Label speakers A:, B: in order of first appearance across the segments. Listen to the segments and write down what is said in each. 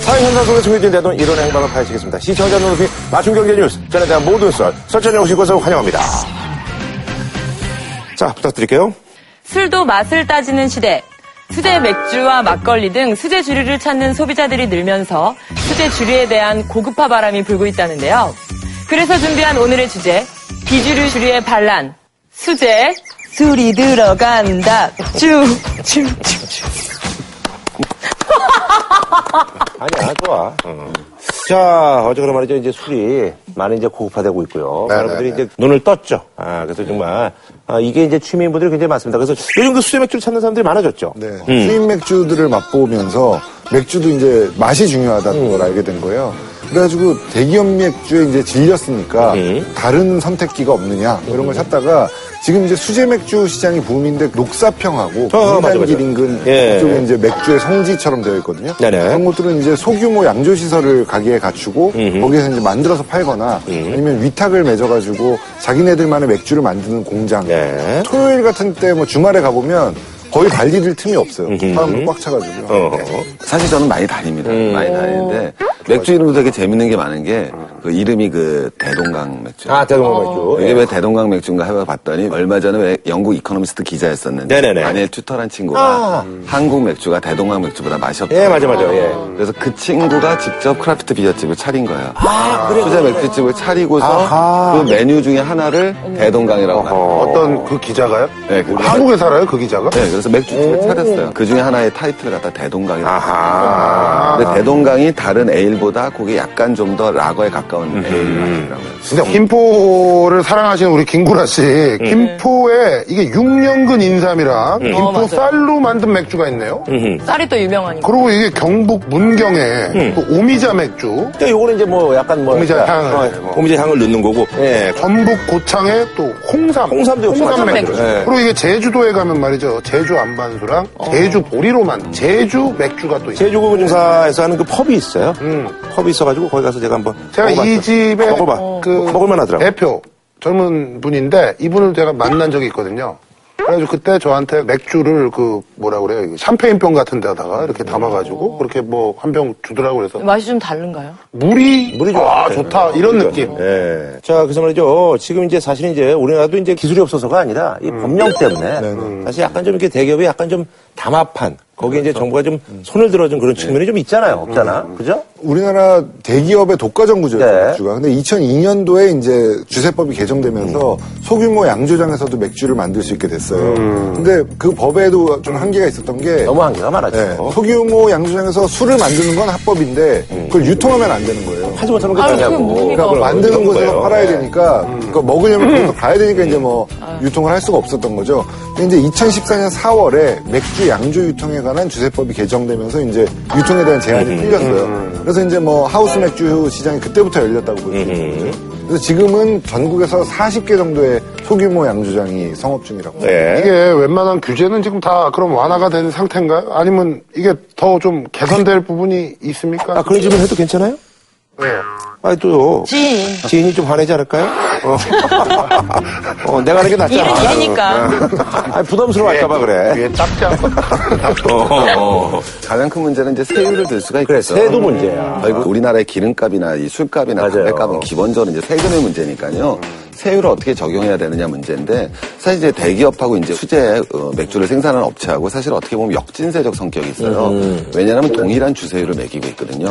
A: 치열한 현상 속에서 회진되던 이런 행방을 파헤치겠습니다. 시청자 눈높이 맞춤 경제 뉴스 전에 대한 모든 썰 설전에 오신 것을 환영합니다. 자 부탁드릴게요.
B: 술도 맛을 따지는 시대. 수제 맥주와 막걸리 등 수제 주류를 찾는 소비자들이 늘면서 수제 주류에 대한 고급화 바람이 불고 있다는데요. 그래서 준비한 오늘의 주제, 비주류 주류의 반란. 수제, 술이 들어간다. 쭈, 쭈, 쭈, 쭈.
A: 아니야 좋아. 어. 자 어쨌거나 말이죠 이제 술이 많이 이제 고급화되고 있고요.
C: 네,
A: 많은 분들이
C: 네,
A: 이제 눈을 떴죠. 아 그래서 정말 아, 이게 이제 취미인분들이 굉장히 많습니다. 그래서 요즘 그 수제 맥주를 찾는 사람들이 많아졌죠. 음.
C: 네. 수입 맥주들을 맛보면서 맥주도 이제 맛이 중요하다는
A: 음.
C: 걸 알게 된 거예요. 그래가지고 대기업 맥주에 이제 질렸으니까
A: 음.
C: 다른 선택기가 없느냐 이런 걸 찾다가 지금 이제 수제 맥주 시장이 붐인데 녹사평하고
A: 어, 맞아, 맞아.
C: 분단길 인근
A: 예.
C: 쪽에 이제 맥주의 성지처럼 되어 있거든요.
A: 네네.
C: 그런 곳들은 이제 소규모 양조 시설을 가게에 갖추고 거기에서 이제 만들어서 팔거나
A: 음.
C: 아니면 위탁을 맺어가지고 자기네들만의 맥주를 만드는 공장
A: 네.
C: 토요일 같은 때 뭐 주말에 가보면 거의 발디딜 틈이 없어요. 사람 꽉 차가지고요. 네.
D: 사실 저는 많이 다닙니다.
A: 음.
D: 많이 다니는데 맥주 이름도 되게 재밌는 게 많은 게 그 이름이 그 대동강 맥주.
A: 아 대동강 맥주.
D: 이게 왜 대동강 맥주인가 해봤더니 얼마 전에 왜 영국 이코노미스트 기자였었는데
A: 네네네.
D: 아내 튜터란 친구가 한국 맥주가 대동강 맥주보다 맛이 없다.
A: 예, 맞아, 맞아, 예.
D: 그래서 그 친구가 직접 크라프트 비어집을 차린 거예요.
A: 아,
D: 수제 맥주집을 차리고서 그 메뉴 중에 하나를 대동강이라고 하는
E: 어떤 그 기자가요?
D: 네, 그-
E: 한국에 살아요, 그 기자가?
D: 네, 그래서 맥주집을 차렸어요. 그 중에 하나의 타이틀을 갖다 대동강이라고. 아하. 근데 대동강이 다른 에일보다 그게 약간 좀 더 라거에 가까운 에일 맛이라고요.
E: 근데 네, 김포를 사랑하시는 우리 김구라 씨, 김포에 이게 육년근 인삼이랑
B: 어,
E: 김포
B: 맞아요.
E: 쌀로 만든 맥주가 있네요.
B: 쌀이 또 유명하니까.
E: 그리고 이게 경북 문경에 그 오미자 맥주,
A: 그러니까 요거는 이제 뭐 약간 뭐
E: 오미자
A: 약간,
E: 향을,
A: 어,
E: 뭐.
A: 오미자 향을 넣는 거고. 예.
E: 전북 고창에 또 홍삼,
A: 홍삼도 역시
E: 홍삼
A: 마찬가지로.
E: 맥주.
A: 예.
E: 그리고 이게 제주도에 가면 말이죠, 제주 안반수랑 제주 보리로 만든 제주 맥주가 또 있어요.
A: 제주고분중사에서 하는 그 펍이 있어요.
C: 음.
A: 펍이 있어가지고 거기 가서 제가 한번
E: 제가
A: 먹어봤죠.
E: 이 집의
A: 먹어봐.
E: 그
A: 먹을만 하더라고.
E: 대표 젊은 분인데 이분을 제가 만난 적이 있거든요. 그래가지고 그때 저한테 맥주를 그 뭐라 그래요? 이거 샴페인병 같은 데다가
A: 음.
E: 이렇게 담아가지고 그렇게 뭐 한 병 주더라고 그래서
B: 맛이 좀 다른가요?
E: 물이
A: 물이 좋아.
E: 아 좋다 이런 느낌.
A: 예. 자, 그래서 말이죠. 지금 이제 사실 이제 우리나라도 이제 기술이 없어서가 아니라 이
C: 음.
A: 법령
C: 네,
A: 때문에 음. 사실 약간 좀 이렇게 대기업이 약간 좀 담합한 거기에
C: 그렇죠.
A: 이제 정부가 좀
C: 음.
A: 손을 들어준 그런
C: 네.
A: 측면이 좀 있잖아요. 없잖아. 그죠?
C: 우리나라 대기업의 독과점 구조였죠,
A: 네.
C: 맥주가. 근데 2002년도에 이제 주세법이 개정되면서
A: 음.
C: 소규모 양조장에서도 맥주를 만들 수 있게 됐어요. 근데 그 법에도 좀 한계가 있었던 게
A: 너무 한계가 많아죠.
C: 네, 소규모 양조장에서 술을 만드는 건 합법인데
A: 음.
C: 그걸 유통하면 안 되는 거예요.
A: 하지 못하면
B: 아유,
A: 끝나냐고.
B: 그게 무슨
C: 그러니까
B: 그러니까
C: 만드는 곳에서 팔아야 되니까 그러니까 먹으려면 거기서 가야 되니까 이제 뭐 유통을 할 수가 없었던 거죠. 근데 이제 2014년 4월에 맥주 양조 유통에 관한 주세법이 개정되면서 이제 유통에 대한 제한이 풀렸어요. 그래서 이제 뭐 하우스 맥주 시장이 그때부터 열렸다고 볼 수 있는 거죠. 그래서 지금은 전국에서 40개 정도의 소규모 양조장이 성업 중이라고.
A: 네.
E: 이게 웬만한 규제는 지금 다 그럼 완화가 된 상태인가요? 아니면 이게 더 좀 개선될 부분이 있습니까? 네.
A: 아, 그 그런 질문 해도 괜찮아요?
E: 왜요?
A: 아니, 또요.
B: 지인.
A: 지인이 좀 화내지 않을까요? 어. 어, 내가 하는 게 낫잖아. 어.
B: 일은 일이니까.
A: 아니, 부담스러워할까봐 그래.
E: 위에 딱지 않고
D: 가장 큰 문제는 이제 세율을 들 수가
A: 그래,
D: 있겠죠.
A: 세도 문제야.
D: 결국 우리나라의 기름값이나 이 술값이나
A: 맞아요.
D: 담배값은 기본적으로 이제 세금의 문제니까요. 세율을 어떻게 적용해야 되느냐 문제인데 사실 이제 대기업하고 이제 수제 어, 맥주를 생산하는 업체하고 사실 어떻게 보면 역진세적 성격이 있어요.
A: 음,
D: 왜냐하면 동일한 주세율을 매기고 있거든요.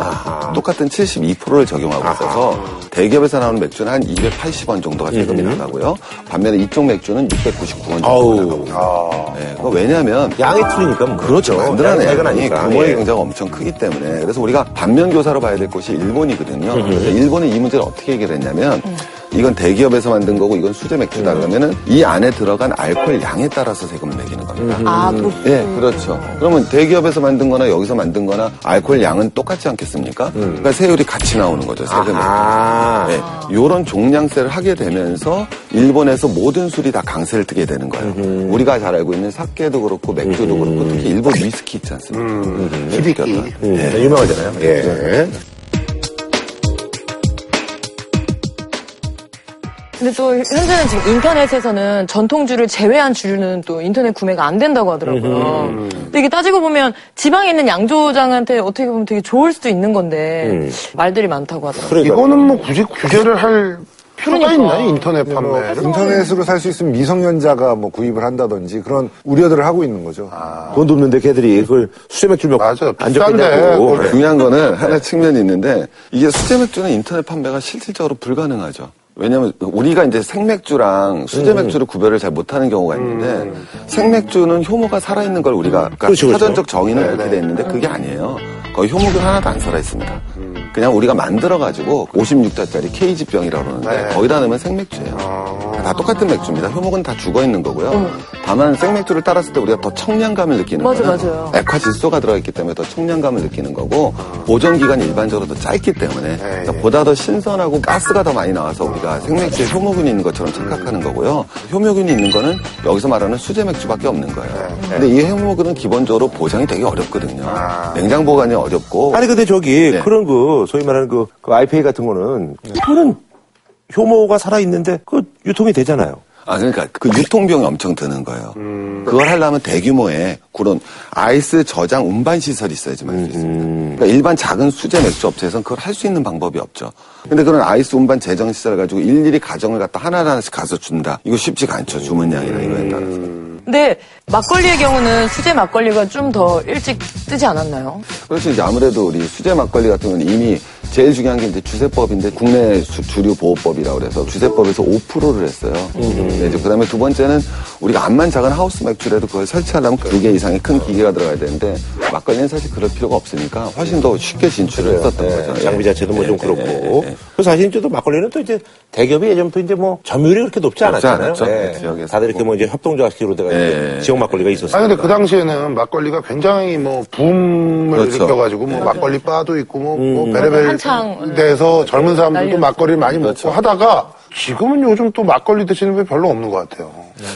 D: 똑같은 72%를 적용하고 있어서 대기업에서 나오는 맥주는 한 280원 정도가 세금이 나가고요. 반면에 이쪽 맥주는 699원
A: 음. 아우.
D: 정도 나가고 있어요. 네, 그거 왜냐하면
A: 양이 틀리니까 뭐. 그렇죠.
D: 만들어낸
A: 양이
D: 이
A: 나니까.
D: 규모의
A: 예.
D: 경제가 엄청 크기 때문에 그래서 우리가 반면 교사로 봐야 될 곳이 일본이거든요.
A: 음,
D: 그래서 일본이 이 문제를 어떻게 해결했냐면 이건 대기업에서 만든 거고 이건 수제 맥주다 그러면은 이 안에 들어간 알코올 양에 따라서 세금을 매기는 겁니다.
B: 아, 도
D: 예, 그렇죠. 그러면 대기업에서 만든 거나 여기서 만든 거나 알코올 양은 똑같지 않겠습니까? 그러니까 세율이 같이 나오는 거죠, 세금에.
A: 아.
D: 네, 요런 종량세를 하게 되면서 일본에서 모든 술이 다 강세를 뜨게 되는 거예요. 우리가 잘 알고 있는 사케도 그렇고 맥주도 그렇고 특히 일본 위스키 있지 않습니까? 음. 히비키. 음.
A: 네, 유명하잖아요. 예.
B: 근데 또 현재는 지금 인터넷에서는 전통주를 제외한 주류는 또 인터넷 구매가 안 된다고 하더라고요. 근데 이게 따지고 보면 지방에 있는 양조장한테 어떻게 보면 되게 좋을 수도 있는 건데 말들이 많다고 하더라고요.
A: 그러니까
E: 이거는 뭐 굳이 규제를 할 필요가
B: 그러니까.
E: 있나요? 인터넷
A: 네,
C: 뭐
E: 판매를.
C: 인터넷으로 살 수 있으면 미성년자가 뭐 구입을 한다든지 그런 우려들을 하고 있는 거죠.
A: 돈도 없는데 걔들이 그걸 수제 맥주를 먹고
E: 맞아요.
A: 안
E: 비싼데
A: 적겠냐고. 네.
E: 그걸
D: 네. 중요한 거는 하나 측면이 있는데 이게 수제 맥주는 인터넷 판매가 실질적으로 불가능하죠. 왜냐하면 우리가 이제 생맥주랑
A: 음.
D: 수제 맥주를 구별을 잘 못하는 경우가 있는데 생맥주는 효모가 살아있는 걸 우리가 그러니까
A: 그렇죠, 음. 그렇죠.
D: 사전적 정의는 그렇게 돼 있는데 그게 아니에요. 거의 효모균 하나도 안 살아있습니다.
A: 음.
D: 그냥 우리가 만들어가지고 56자짜리 KG병이라고 그러는데
E: 네.
D: 거기다 넣으면 생맥주예요.
A: 아.
D: 다 똑같은 맥주입니다. 효모는 다 죽어있는 거고요.
A: 음.
D: 다만 생맥주를 따랐을 때 우리가 더 청량감을 느끼는
B: 맞아,
D: 거는
B: 맞아요.
D: 액화질소가 들어있기 때문에 더 청량감을 느끼는 거고 보존기간이 일반적으로 더 짧기 때문에
B: 네, 예.
D: 그러니까 보다 더 신선하고 가스가 더 많이 나와서 우리가 생맥주에 효모균이 있는 것처럼 착각하는 거고요. 효모균이 있는 거는 여기서 말하는 수제 맥주밖에 없는
B: 네,
D: 거예요. 근데 이 효모균은 기본적으로 보장이 되게 어렵거든요.
B: 아.
D: 냉장 보관이 어렵고
A: 아니 근데 저기
D: 네.
A: 그런 그 소위 말하는 그, 그 아이페이 같은 거는 그거는 효모가 살아 있는데 그 유통이 되잖아요.
D: 아, 그러니까 그 유통비용이 엄청 드는 거예요. 그걸 하려면 대규모의 그런 아이스 저장 운반 시설이 있어야지만 할 수 있습니다. 그러니까 일반 작은 수제 맥주 업체에서는 그걸 할 수 있는 방법이 없죠. 근데 그런 아이스 운반 재정 시설 가지고 일일이 가정을 갖다 하나하나씩 가서 준다. 이거 쉽지가 않죠. 주문량이나 이거에 따라서.
B: 근데 막걸리의 경우는 수제 막걸리가 좀 더 일찍 뜨지 않았나요?
D: 그렇지 이제 아무래도 우리 수제 막걸리 같은 경우는 이미 제일 중요한 게 이제 주세법인데 국내 주, 주류 보호법이라고 그래서 주세법에서 5%를 했어요. 네, 이제 그다음에 두 번째는 우리가 암만 작은 하우스 맥주라도 그걸 설치하려면 두 개 이상의 큰 기계가 들어가야 되는데 막걸리는 사실 그럴 필요가 없으니까 훨씬 더 쉽게 진출을 했었던 거죠.
A: 그렇죠. 장비 자체도 뭐 좀
D: 예, 예,
A: 그렇고.
D: 예, 예.
A: 그래서 사실 또 막걸리는 또 이제 대기업이 예전부터 이제 뭐 점유율이 그렇게 높지
D: 높지
A: 않았잖아요.
D: 않았죠.
A: 예.
D: 그 지역에서.
A: 다들 이렇게 뭐 이제 협동조합식으로 내가
D: 예, 예.
A: 지역 막걸리가 있었어요.
E: 아니 근데 그 당시에는 막걸리가 굉장히 뭐 붐을
D: 그렇죠.
E: 일으켜가지고 뭐 막걸리 바도 있고 뭐, 뭐
B: 한창, 네.
E: 베레벨 데서 젊은 사람들도
B: 난리였죠.
E: 막걸리를 많이 먹고 하다가 지금은 요즘 또 막걸리 드시는 분 별로 없는 것 같아요.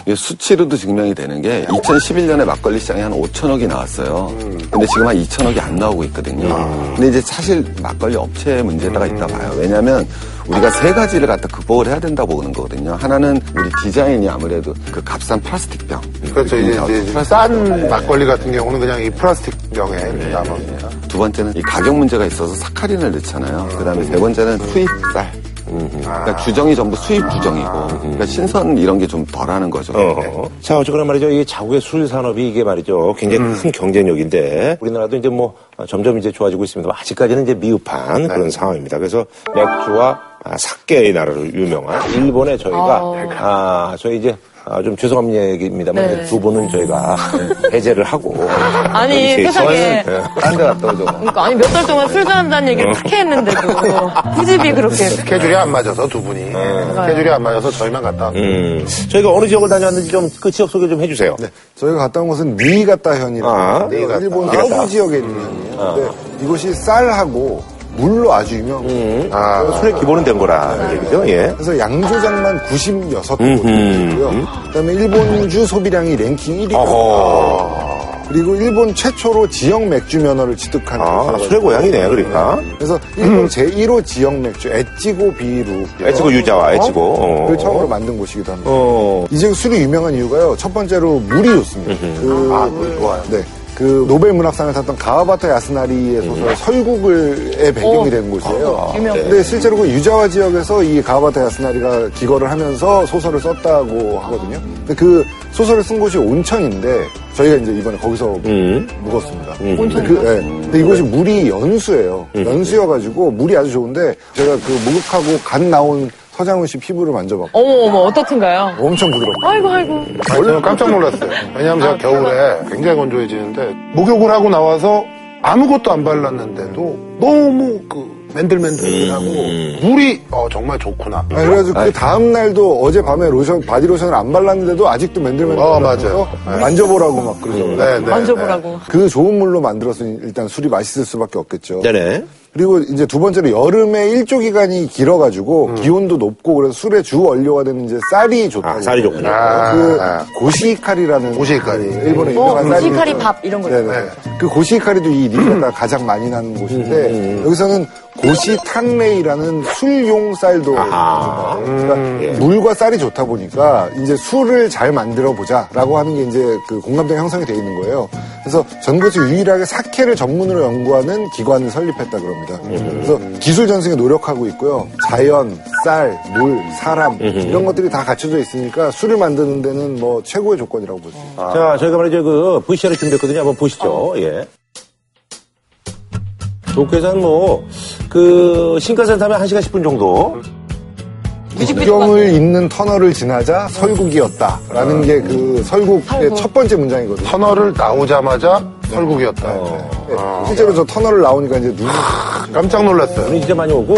D: 이게 수치로도 증명이 되는 게 2011년에 막걸리 시장에 한 5천억이 나왔어요. 근데 지금 한 2천억이 안 나오고 있거든요. 근데 이제 사실 막걸리 업체의 문제가 있다 봐요. 왜냐하면 우리가 세 가지를 갖다 극복을 해야 된다고 보는 거거든요. 하나는 우리 디자인이 아무래도 그 값싼 플라스틱 병.
E: 그렇죠. 이제,
D: 음,
E: 이제
D: 플라스틱
E: 싼 막걸리 같은 경우는 그냥 이 플라스틱 병에 이렇게 담아니다
D: 두 번째는 이 가격 문제가 있어서 사카린을 넣잖아요. 그다음에 세 번째는 수입 쌀. 그러니까 주정이 전부 수입 주정이고, 그러니까 신선 이런 게 좀 덜하는 거죠.
A: 어. 자, 어쨌거나 말이죠. 이 자국의 술 산업이 이게 말이죠. 굉장히
D: 음.
A: 큰 경쟁력인데 우리나라도 이제 뭐 어, 점점 이제 좋아지고 있습니다. 아직까지는 이제 미흡한
D: 네.
A: 그런 상황입니다. 그래서 맥주와 아, 사케의 나라로 유명한 일본에 저희가 아, 저희 이제 아, 좀 죄송한 얘기입니다만
B: 네.
A: 두 분은 저희가
D: 네.
A: 해제를 하고
B: 아니,
A: 여기
B: 세상에.
A: 있어요. 음, 예.
D: 딴 데 갔다 오죠.
B: 그러니까 아니 몇 달 동안 술 좋아한다는 얘기를 탁해 했는데도 후집이 그렇게
E: 스케줄이 안 맞아서 두 분이 스케줄이 안 맞아서 저희만 갔다 왔고
A: 음, 저희가 어느 지역을 다녀왔는지 좀 그 지역 소개 좀 해주세요.
C: 저희가 갔다 온 곳은 니가타 현이라고
A: 아, 음.
C: 하는데
A: 니이가타.
C: 일본
A: 니이가타.
C: 서부 지역에 있는 현이에요.
A: 아.
C: 근데 이곳이 쌀하고 물로 아주 유명해요.
A: 아, 술의 기본은 된 거라 얘기죠. 예.
C: 그래서 양조장만 96곳 있고요. 그다음에 일본주 소비량이 랭킹 1위고 그리고 일본 최초로 지역 맥주 면허를 취득한
A: 아,
C: 곳이라고
A: 술의 고향이네, 그러니까.
C: 그래서 일본 제1호 지역 맥주 엣지고 비루
A: 애치고 유자와 애치고. 어.
C: 를 처음으로 만든 곳이기도 합니다.
A: 어.
C: 이제 술이 유명한 이유가요. 첫 번째로 물이 좋습니다. 그, 아, 물 좋아요. 네. 그 노벨 문학상을 탔던 가와바타 야스나리의 소설 설국을의 배경이 된 곳이에요.
B: 유명.
C: 근데 실제로 그 유자와 지역에서 이 가와바타 야스나리가 기거를 하면서 소설을 썼다고 하거든요. 근데 그 소설을 쓴 곳이 온천인데 저희가 이제 이번에 거기서 묵었습니다. 온천. 그, 예. 근데 이곳이 물이 연수예요. 연수여가지고 물이 아주 좋은데 제가 그 목욕하고 갓 나온 서장훈 씨 피부를 만져봤고
B: 어머 어머 어떻든가요?
C: 엄청 부드럽고
B: 아이고 아이고
E: 아니, 저는 깜짝 놀랐어요. 왜냐하면 제가 아, 겨울에 굉장히 건조해지는데 목욕을 하고 나와서 아무것도 안 발랐는데도 너무 그 맨들맨들하고 물이 어, 정말 좋구나.
C: 아, 그래가지고 그 다음 날도 어제 밤에 로션 바디 로션을 안 발랐는데도 아직도 맨들맨들.
E: 어,
C: 해서
E: 맞아요.
C: 네. 만져보라고 막 그러죠.
E: 네, 네,
B: 만져보라고.
C: 그 좋은 물로 만들어서 일단 술이 맛있을 수밖에 없겠죠.
A: 네네.
C: 그리고 이제 두 번째로 여름에 일조 기간이 길어가지고 기온도 높고 그래서 술의 주 원료가 되는 이제 쌀이 좋다.
A: 아, 쌀이 좋군요.
C: 그 고시이카리라는
E: 고시이카리.
C: 일본의
B: 어,
C: 유명한 쌀이
B: 고시카리
C: 있어요.
B: 밥 이런 거
A: 음,
C: 네네. 그 고시이카리도 이 리가 가장 많이 나는 곳인데 여기서는 고시 탄레이라는 술용 쌀도
A: 아하. 음. 예.
C: 있어요. 그러니까 물과 쌀이 좋다 보니까 이제 술을 잘 만들어 보자라고 하는 게 이제 그 공감대 가 형성이 돼 있는 거예요. 그래서 전국에서 유일하게 사케를 전문으로 연구하는 기관을 설립했다 그럽니다.
A: 음.
C: 그래서 기술 전승에 노력하고 있고요. 자연, 쌀, 물,
A: 음.
C: 사람 이런 것들이 다 갖춰져 있으니까 술을 만드는 데는 뭐 최고의 조건이라고 볼 수 있어요.
A: 자, 저희가 말이죠. 그, VCR을 준비했거든요. 한번 보시죠. 예. 도쿄에서는 뭐, 그, 신칸센 타면 1시간 10분 정도.
C: 국경을 잇는 터널을 지나자 설국이었다라는 게 그 설국의 첫 번째 문장이거든요.
E: 터널을 나오자마자 설국이었다.
C: 네. 실제로 저 터널을 나오니까 이제 눈이
E: 네. 깜짝 놀랐어요.
A: 눈이 진짜 많이 오고.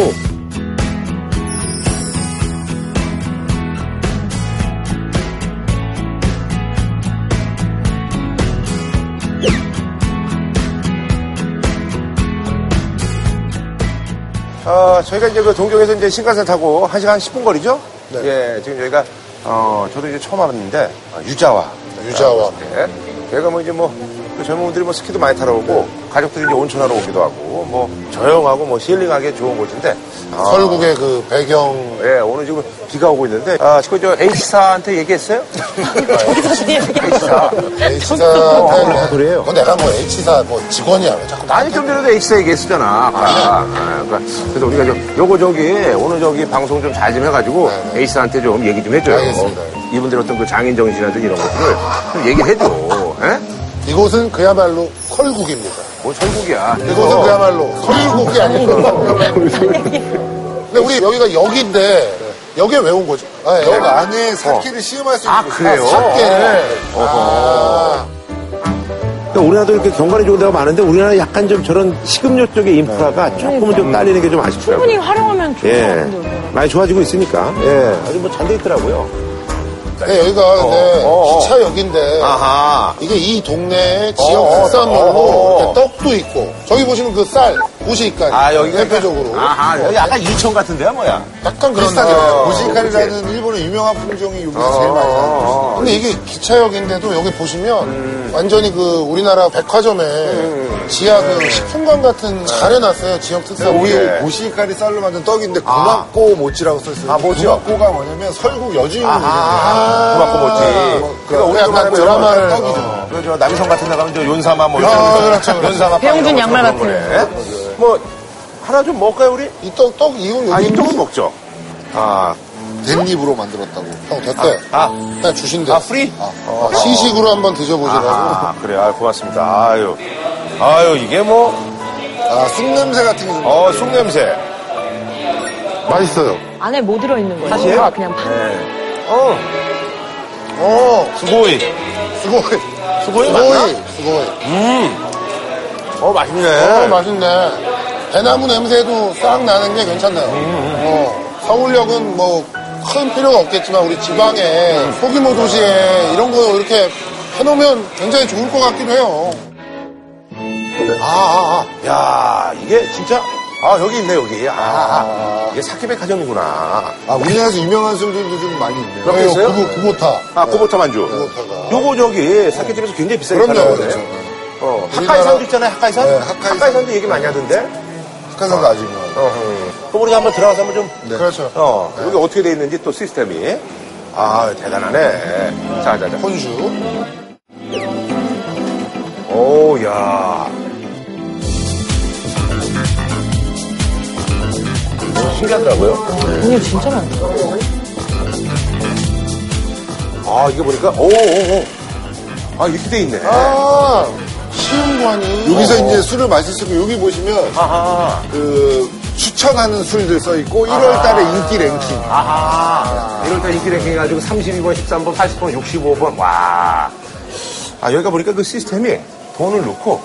A: 어, 저희가 이제 그 동경에서 이제 신칸센 타고 1시간 10분 거리죠? 예, 지금 저희가, 어, 저도 이제 처음 알았는데, 어, 유자와.
E: 유자와.
A: 예. 저희가 뭐 이제 뭐그 젊은 분들이 뭐 스키도 많이 타러 오고, 가족들이 이제 온천하러 오기도 하고, 뭐 조용하고 뭐 힐링하기에 좋은 곳인데, 아,
E: 설국의 그 배경.
A: 예, 오늘 지금 비가 오고 있는데, 아, 지금 저 H사한테 얘기했어요? H사.
E: H사
A: 그래요?
E: 뭐 내가 뭐 H사 뭐 직원이야. 왜 자꾸
A: 아니, 좀 전에도 H사 얘기했었잖아. 아, 아, 그러니까 그래서 우리가 좀, 요거 저기, 오늘 저기 방송 좀 잘 좀 해가지고, H사한테 좀 얘기 좀 해줘요.
E: 알겠습니다.
A: 이분들 어떤 그 장인정신이라든지 이런 것들을 좀 얘기를 해줘. 예?
E: 이곳은 그야말로 설국입니다.
A: 뭐, 전국이야.
E: 이곳은 그야말로 설국이 아니죠.
A: 어.
E: 근데 우리 여기가 역인데 여기에 왜 온 거죠? 아, 여기 안에 사키를 시음할 수 있는 곳.
A: 예. 어. 아, 그래요? 네. 어.
E: 사키를.
A: 그러니까 우리나라도 이렇게 경관이 좋은 데가 많은데 우리나라 약간 좀 저런 식음료 쪽의 인프라가 조금은 좀 딸리는 게 좀 아쉽더라고요.
B: 네. 충분히 활용하면 좋을 것
A: 예.
B: 같은데.
A: 많이 좋아지고 있으니까. 예. 아주 뭐 잘 돼 있더라고요.
E: 네, 여기가 이제
A: 어, 어.
E: 기차역인데
A: 아하.
E: 이게 이 동네의
A: 어, 어,
E: 지역 특산물로
A: 어, 어.
E: 이렇게 떡도 있고 저기 보시면 그 쌀 고시이칸
A: 네,
E: 대표적으로
A: 아, 아하. 여기 약간 유천 같은데요, 뭐야?
E: 약간
C: 비슷하게
E: 그런 어.
C: 고시칼이라는 일본의 유명한 품종이 여기서 제일 많이 나요.
A: 어.
E: 근데 이게 기차역인데도 여기 보시면
C: 음.
E: 완전히 그 우리나라 백화점에 지하
C: 네.
E: 그 식품관 같은 잘 해놨어요 지역 예. 아. 특산
C: 우리
E: 오이
C: 고시칼이 네, 쌀로 만든 떡인데 구막고 모찌라고 써있어요.
A: 아, 모찌요?
C: 구막고가 뭐냐면 설국 여주인공
A: 아, 구박고
E: 아,
A: 뭐지.
E: 뭐
C: 그러니까
E: 그런 약간
A: 사람은
E: 드라마를
A: 저런 거죠.
E: 어.
A: 그저 남이섬 같은 데 가면 저 요사마 뭐 이런 거. 요사마.
B: 배용준
A: 빵
B: 양말
A: 이런 거
B: 같은
A: 그런 거네. 뭐, 하나 좀 먹을까요, 우리?
E: 이떡 떡 이후
A: 아,
E: 여기
A: 이쪽은 먹죠. 아,
E: 댄잎으로 만들었다고 형 됐대
A: 아.
E: 그냥 주신대
A: 아, 프리?
E: 아, 아, 시식으로 한번 드셔보시라고
A: 아, 그래. 아, 고맙습니다. 아유. 아유, 이게 뭐,
C: 아, 쑥냄새 같은 게 좀.
A: 어, 쑥냄새.
E: 맛있어요
B: 안에 뭐 들어있는 거예요?
A: 사실요?
B: 그냥 파.
A: 어,
E: 어
A: 수고이.
E: 수고해
A: 수고이
E: 수고해
A: 맞나?
E: 수고해
A: 어, 맛있네.
E: 어, 맛있네. 대나무 냄새도 싹 나는 게 괜찮네요.
C: 음,
E: 어, 서울역은 뭐 큰 필요가 없겠지만 우리 지방에
C: 음.
E: 소규모 도시에 이런 거 이렇게 해놓으면 굉장히 좋을 것 같기도 해요. 아,
A: 야 이게 진짜 아 여기 있네 여기 아, 이게 사키백화점이구나
C: 아, 우리나라에서 유명한 술들도 좀 많이 있네요.
A: 그렇게 있어요?
E: 구보, 구보타.
A: 아 고보타 만주
E: 구보타가.
A: 요거 저기 사키집에서 굉장히 비싸게
E: 그럼요,
A: 팔아요
E: 그렇죠.
A: 어,
E: 우리나라-
A: 하카이산도 있잖아요 하카이산
E: 네, 하카이산.
A: 하카이산도 얘기 많이 하던데
E: 북한산도 아직.
C: 뭐.
A: 어, 어. 그럼 우리가 한번 들어가서 한번 좀
C: 네.
E: 그렇죠.
A: 어, 여기 어떻게 돼 있는지 또 시스템이 아 대단하네 자자자
E: 혼주.
A: 오야 어, 신기하더라고요.
B: 종류 진짜 많다.
A: 아 이게 보니까 오오오 아 이렇게 돼 있네.
E: 아, 시흥관이.
C: 여기서 이제 술을 마실 수 있고, 여기 보시면,
A: 아하.
C: 그, 추천하는 술들 써있고, 1월달에 인기 랭킹.
A: 아하. 이럴 때 인기 랭킹 해가지고 32번, 13번, 80번, 65번. 와. 아, 여기가 보니까 그 시스템이 돈을 넣고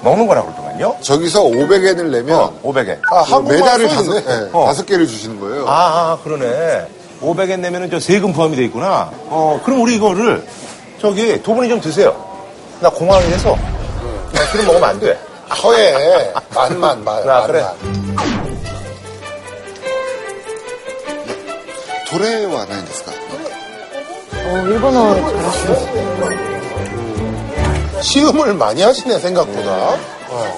A: 먹는 거라 그러더만요.
C: 저기서 500엔을 내면,
A: 어, 500엔.
C: 아, 한국말 메달을
E: 써
C: 다섯,
E: 있네.
C: 네,
A: 어.
C: 다섯 개를 주시는 거예요.
A: 아, 아, 그러네. 500엔 내면은 저 세금 포함이 돼 있구나. 어, 그럼 우리 이거를 저기 두 분이 좀 드세요. 나 공항에서 나 술을 먹으면 안 돼.
E: 서해. 만만,
C: 아,
E: 만.
A: 나 그래.
C: 도레 와나인 데스까?
B: 어, 일본어 잘하시네.
E: 시음을 많이 하시네, 생각보다.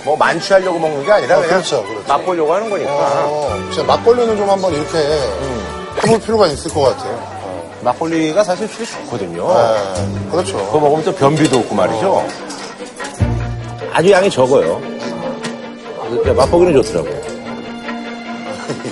A: 뭐 만취하려고 먹는 게 아니라
E: 아,
A: 그냥
E: 그렇죠, 그렇죠.
A: 맛보려고 하는 거니까.
E: 어, 진짜 막걸리는 좀 한번 이렇게 음. 해볼 필요가 있을 것 같아요.
A: 막걸리가 사실 술이 좋거든요.
E: 네, 그렇죠.
A: 그거 먹으면 또 변비도 없고 말이죠.
D: 아주 양이 적어요. 근데 맛보기는 좋더라고요.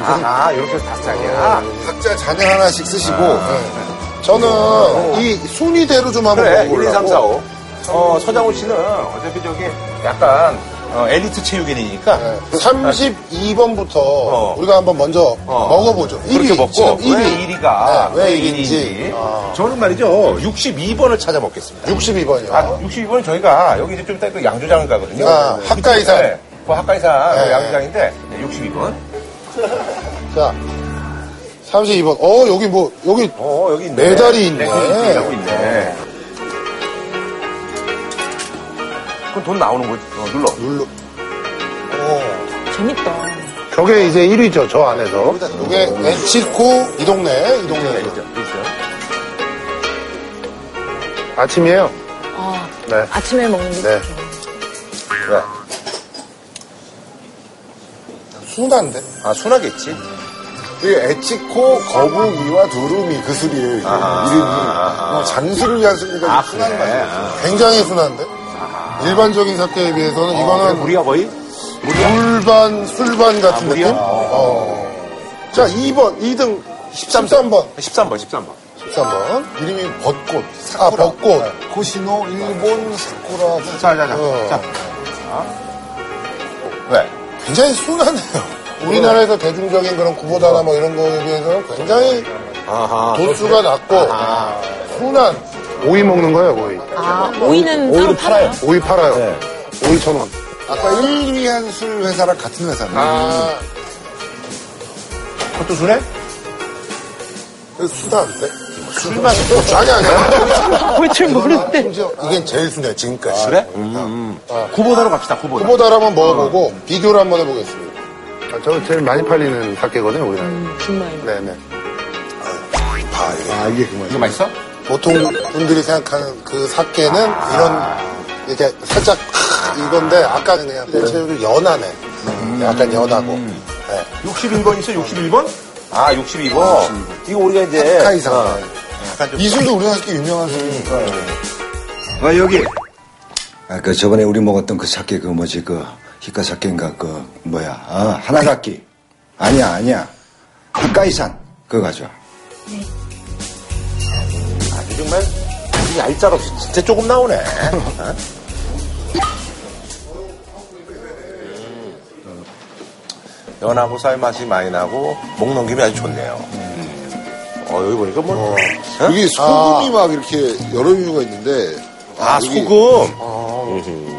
A: 아, 이렇게 해서 다섯 장이야.
E: 각자 잔을 하나씩 쓰시고.
F: 아,
E: 네. 저는
F: 어.
E: 이 순위대로 좀 한번
A: 그래, 1, 2,
E: 먹어보려고.
A: 3, 4, 5. 어, 서장훈 씨는 어차피 저기 약간 어, 엘리트 체육인이니까. 그
E: 32번부터 네.
F: 어.
E: 우리가 한번 먼저 먹어보죠.
A: 그렇게
E: 1위,
A: 먹고
E: 지금 1위.
A: 왜 아. 1위가
E: 네, 왜 1위인지. 아,
A: 저는 말이죠 62번을 찾아 먹겠습니다.
E: 62번이요.
A: 아, 62번은 저희가 여기 이제 좀 이따 그 양조장 가거든요.
E: 아, 학가이산.
A: 네, 그 학가이산
E: 네.
A: 양조장인데 62번.
E: 자, 32번. 어, 여기 뭐, 여기
A: 어 여기 있네.
E: 메달이 있네.
A: 메달이 있네. 그건 돈 나오는 거지. 어, 눌러.
E: 눌러.
B: 재밌다.
E: 저게 이제 1위죠, 저 안에서. 이게 엔치코 이 동네, 이 동네. 아침이에요.
B: 아,
E: 네.
B: 아침에 먹는 게
E: 네. 순한데?
A: 아 순하겠지.
F: 이게 에치코, 거북이와 두루미 그 술이에요.
E: 아,
F: 이게. 이름이 뭐 잔술을 위한 술이니까 좀 순한 맛이에요. 아.
E: 굉장히 순한데? 일반적인 사태에 비해서는
F: 어,
E: 이거는
A: 우리가 거의
E: 물반, 술반
F: 아,
E: 같은
A: 물이야?
E: 느낌? 어. 자, 2번, 2등, 13번.
A: 13번, 13번.
E: 13번. 이름이 벚꽃. 아, 벚꽃.
F: 코시노, 일본, 사쿠라.
A: 자, 자, 자.
E: 어.
A: 자. 왜?
E: 굉장히 순하네요.
F: 음.
E: 우리나라에서 대중적인 그런 구보다나 뭐 이런 거에 비해서는 굉장히
A: 아하.
E: 도수가 낮고 순한. 오이 먹는 거예요, 오이.
B: 아, 오이는 따로
D: 오이를
B: 팔아요?
D: 팔아요.
E: 오이 팔아요. 오이 천 원.
F: 아까 1위 한 술 회사랑 같은 회사네.
E: 아,
A: 그것도 순해?
E: 순한데? 술만 아니 아니. 볼줄 모르는데. 이게 제일 순해 지금까지.
A: 그래? 구보다로 갑시다, 구보다.
E: 구보다를 한번 먹어보고 비교를 한번 해보겠습니다. 아, 저는 제일 많이 팔리는 사케거든요, 우리나라.
B: 정말.
E: 네네.
F: 아, 이게. 아, 이게 그 맛이야.
A: 이거 맛있어?
E: 보통 분들이 생각하는 그 사케는
F: 아.
E: 이런 이렇게 살짝 이건데 아까는 그냥 대체로 연하네. 약간 연하고. 네.
A: 61번 있어, 61번? 아, 62번. 이거 우리가 이제.
E: 카이사.
A: 약간 좀.
E: 이 술도 우리나라 게 유명한 술이니까.
C: 아 여기. 아그 저번에 우리 먹었던 그 사케 그 뭐지 그 히카 사케인가 그 뭐야 아 하나가키 아니야 아니야 하카이산 그거 가져와.
A: 아니, 정말. 아주 얄짤 없이 진짜 조금 나오네. 어? 연하고 쌀 맛이 많이 나고, 목 넘김이 아주 좋네요. 어, 여기 보니까 뭐. 어?
F: 이게 소금이 막 이렇게 여러 유가 있는데.
A: 아,
F: 이게
A: 소금. 어. 음.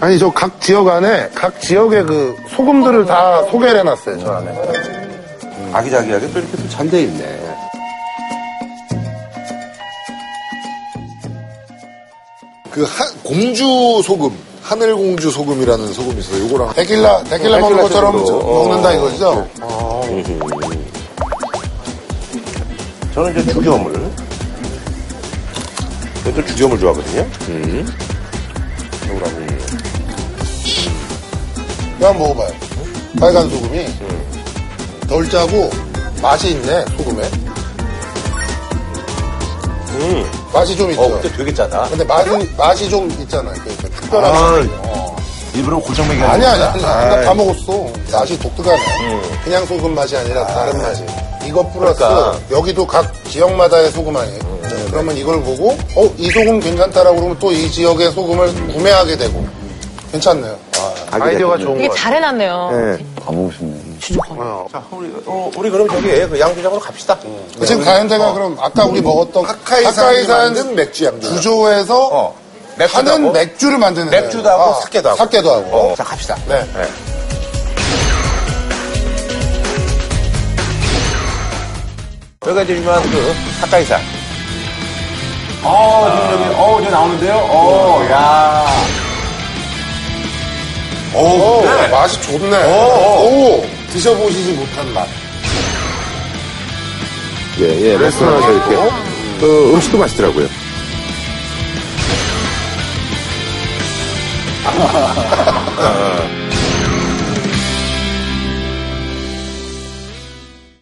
E: 아니 저 각 지역 안에 각 지역의 그 소금들을 다 소개를 해놨어요 저 안에.
A: 아기자기하게 또 이렇게 또 잘 돼 있네.
F: 그 하, 공주 소금. 하늘 공주 소금이라는 소금이 있어요. 요거랑.
E: 데킬라
A: 네,
E: 데킬라 먹는 것처럼 먹는다 이거죠. 아.
A: 저는 이제 죽여물. 저도 죽여물 좋아하거든요.
E: 음. 이거 한번 먹어봐요. 빨간 소금이
A: 음.
E: 덜 짜고 맛이 있네 소금에. 맛이 좀 있죠.
A: 어, 근데 되게 짜다.
E: 근데 맛이 맛이 좀 있잖아요. 그러니까 특별한.
A: 아, 일부러 고정맥이
E: 아니 아니 아니 나다 먹었어. 맛이 독특하네. 그냥 소금 맛이 아니라 다른 맛이. 이거 플러스
A: 그러니까.
E: 여기도 각 지역마다의 소금 아니에요. 그러면 이걸 보고 어 이 소금 괜찮다라고 그러면 또 이 지역의 소금을 구매하게 되고 괜찮네요. 아이디어가 좋은
B: 되게 잘 해놨네요.
G: 가보고 싶네.
A: 자, 우리, 어, 우리 그럼 저기 그 양조장으로 갑시다.
E: 그 지금 가는 데가 그럼 아까 우리 먹었던
F: 하카이산이 만든 맥주 양조.
E: 주조에서
A: 어. 맥주도
E: 하는
A: 하고.
E: 맥주를 만드는 아,
A: 맥주도 하고 사케도 하고.
E: 사케도 하고.
A: 어, 자, 갑시다.
E: 네.
A: 여기가 이제 유명한 그 사카이산. 어, 지금 여기, 어, 이제 나오는데요? 어, 야.
E: 오,
A: 네.
E: 맛이 좋네. 오, 드셔보시지 못한 맛.
D: 예, 예, 레스토랑에서 이렇게. 그 음식도 맛있더라고요.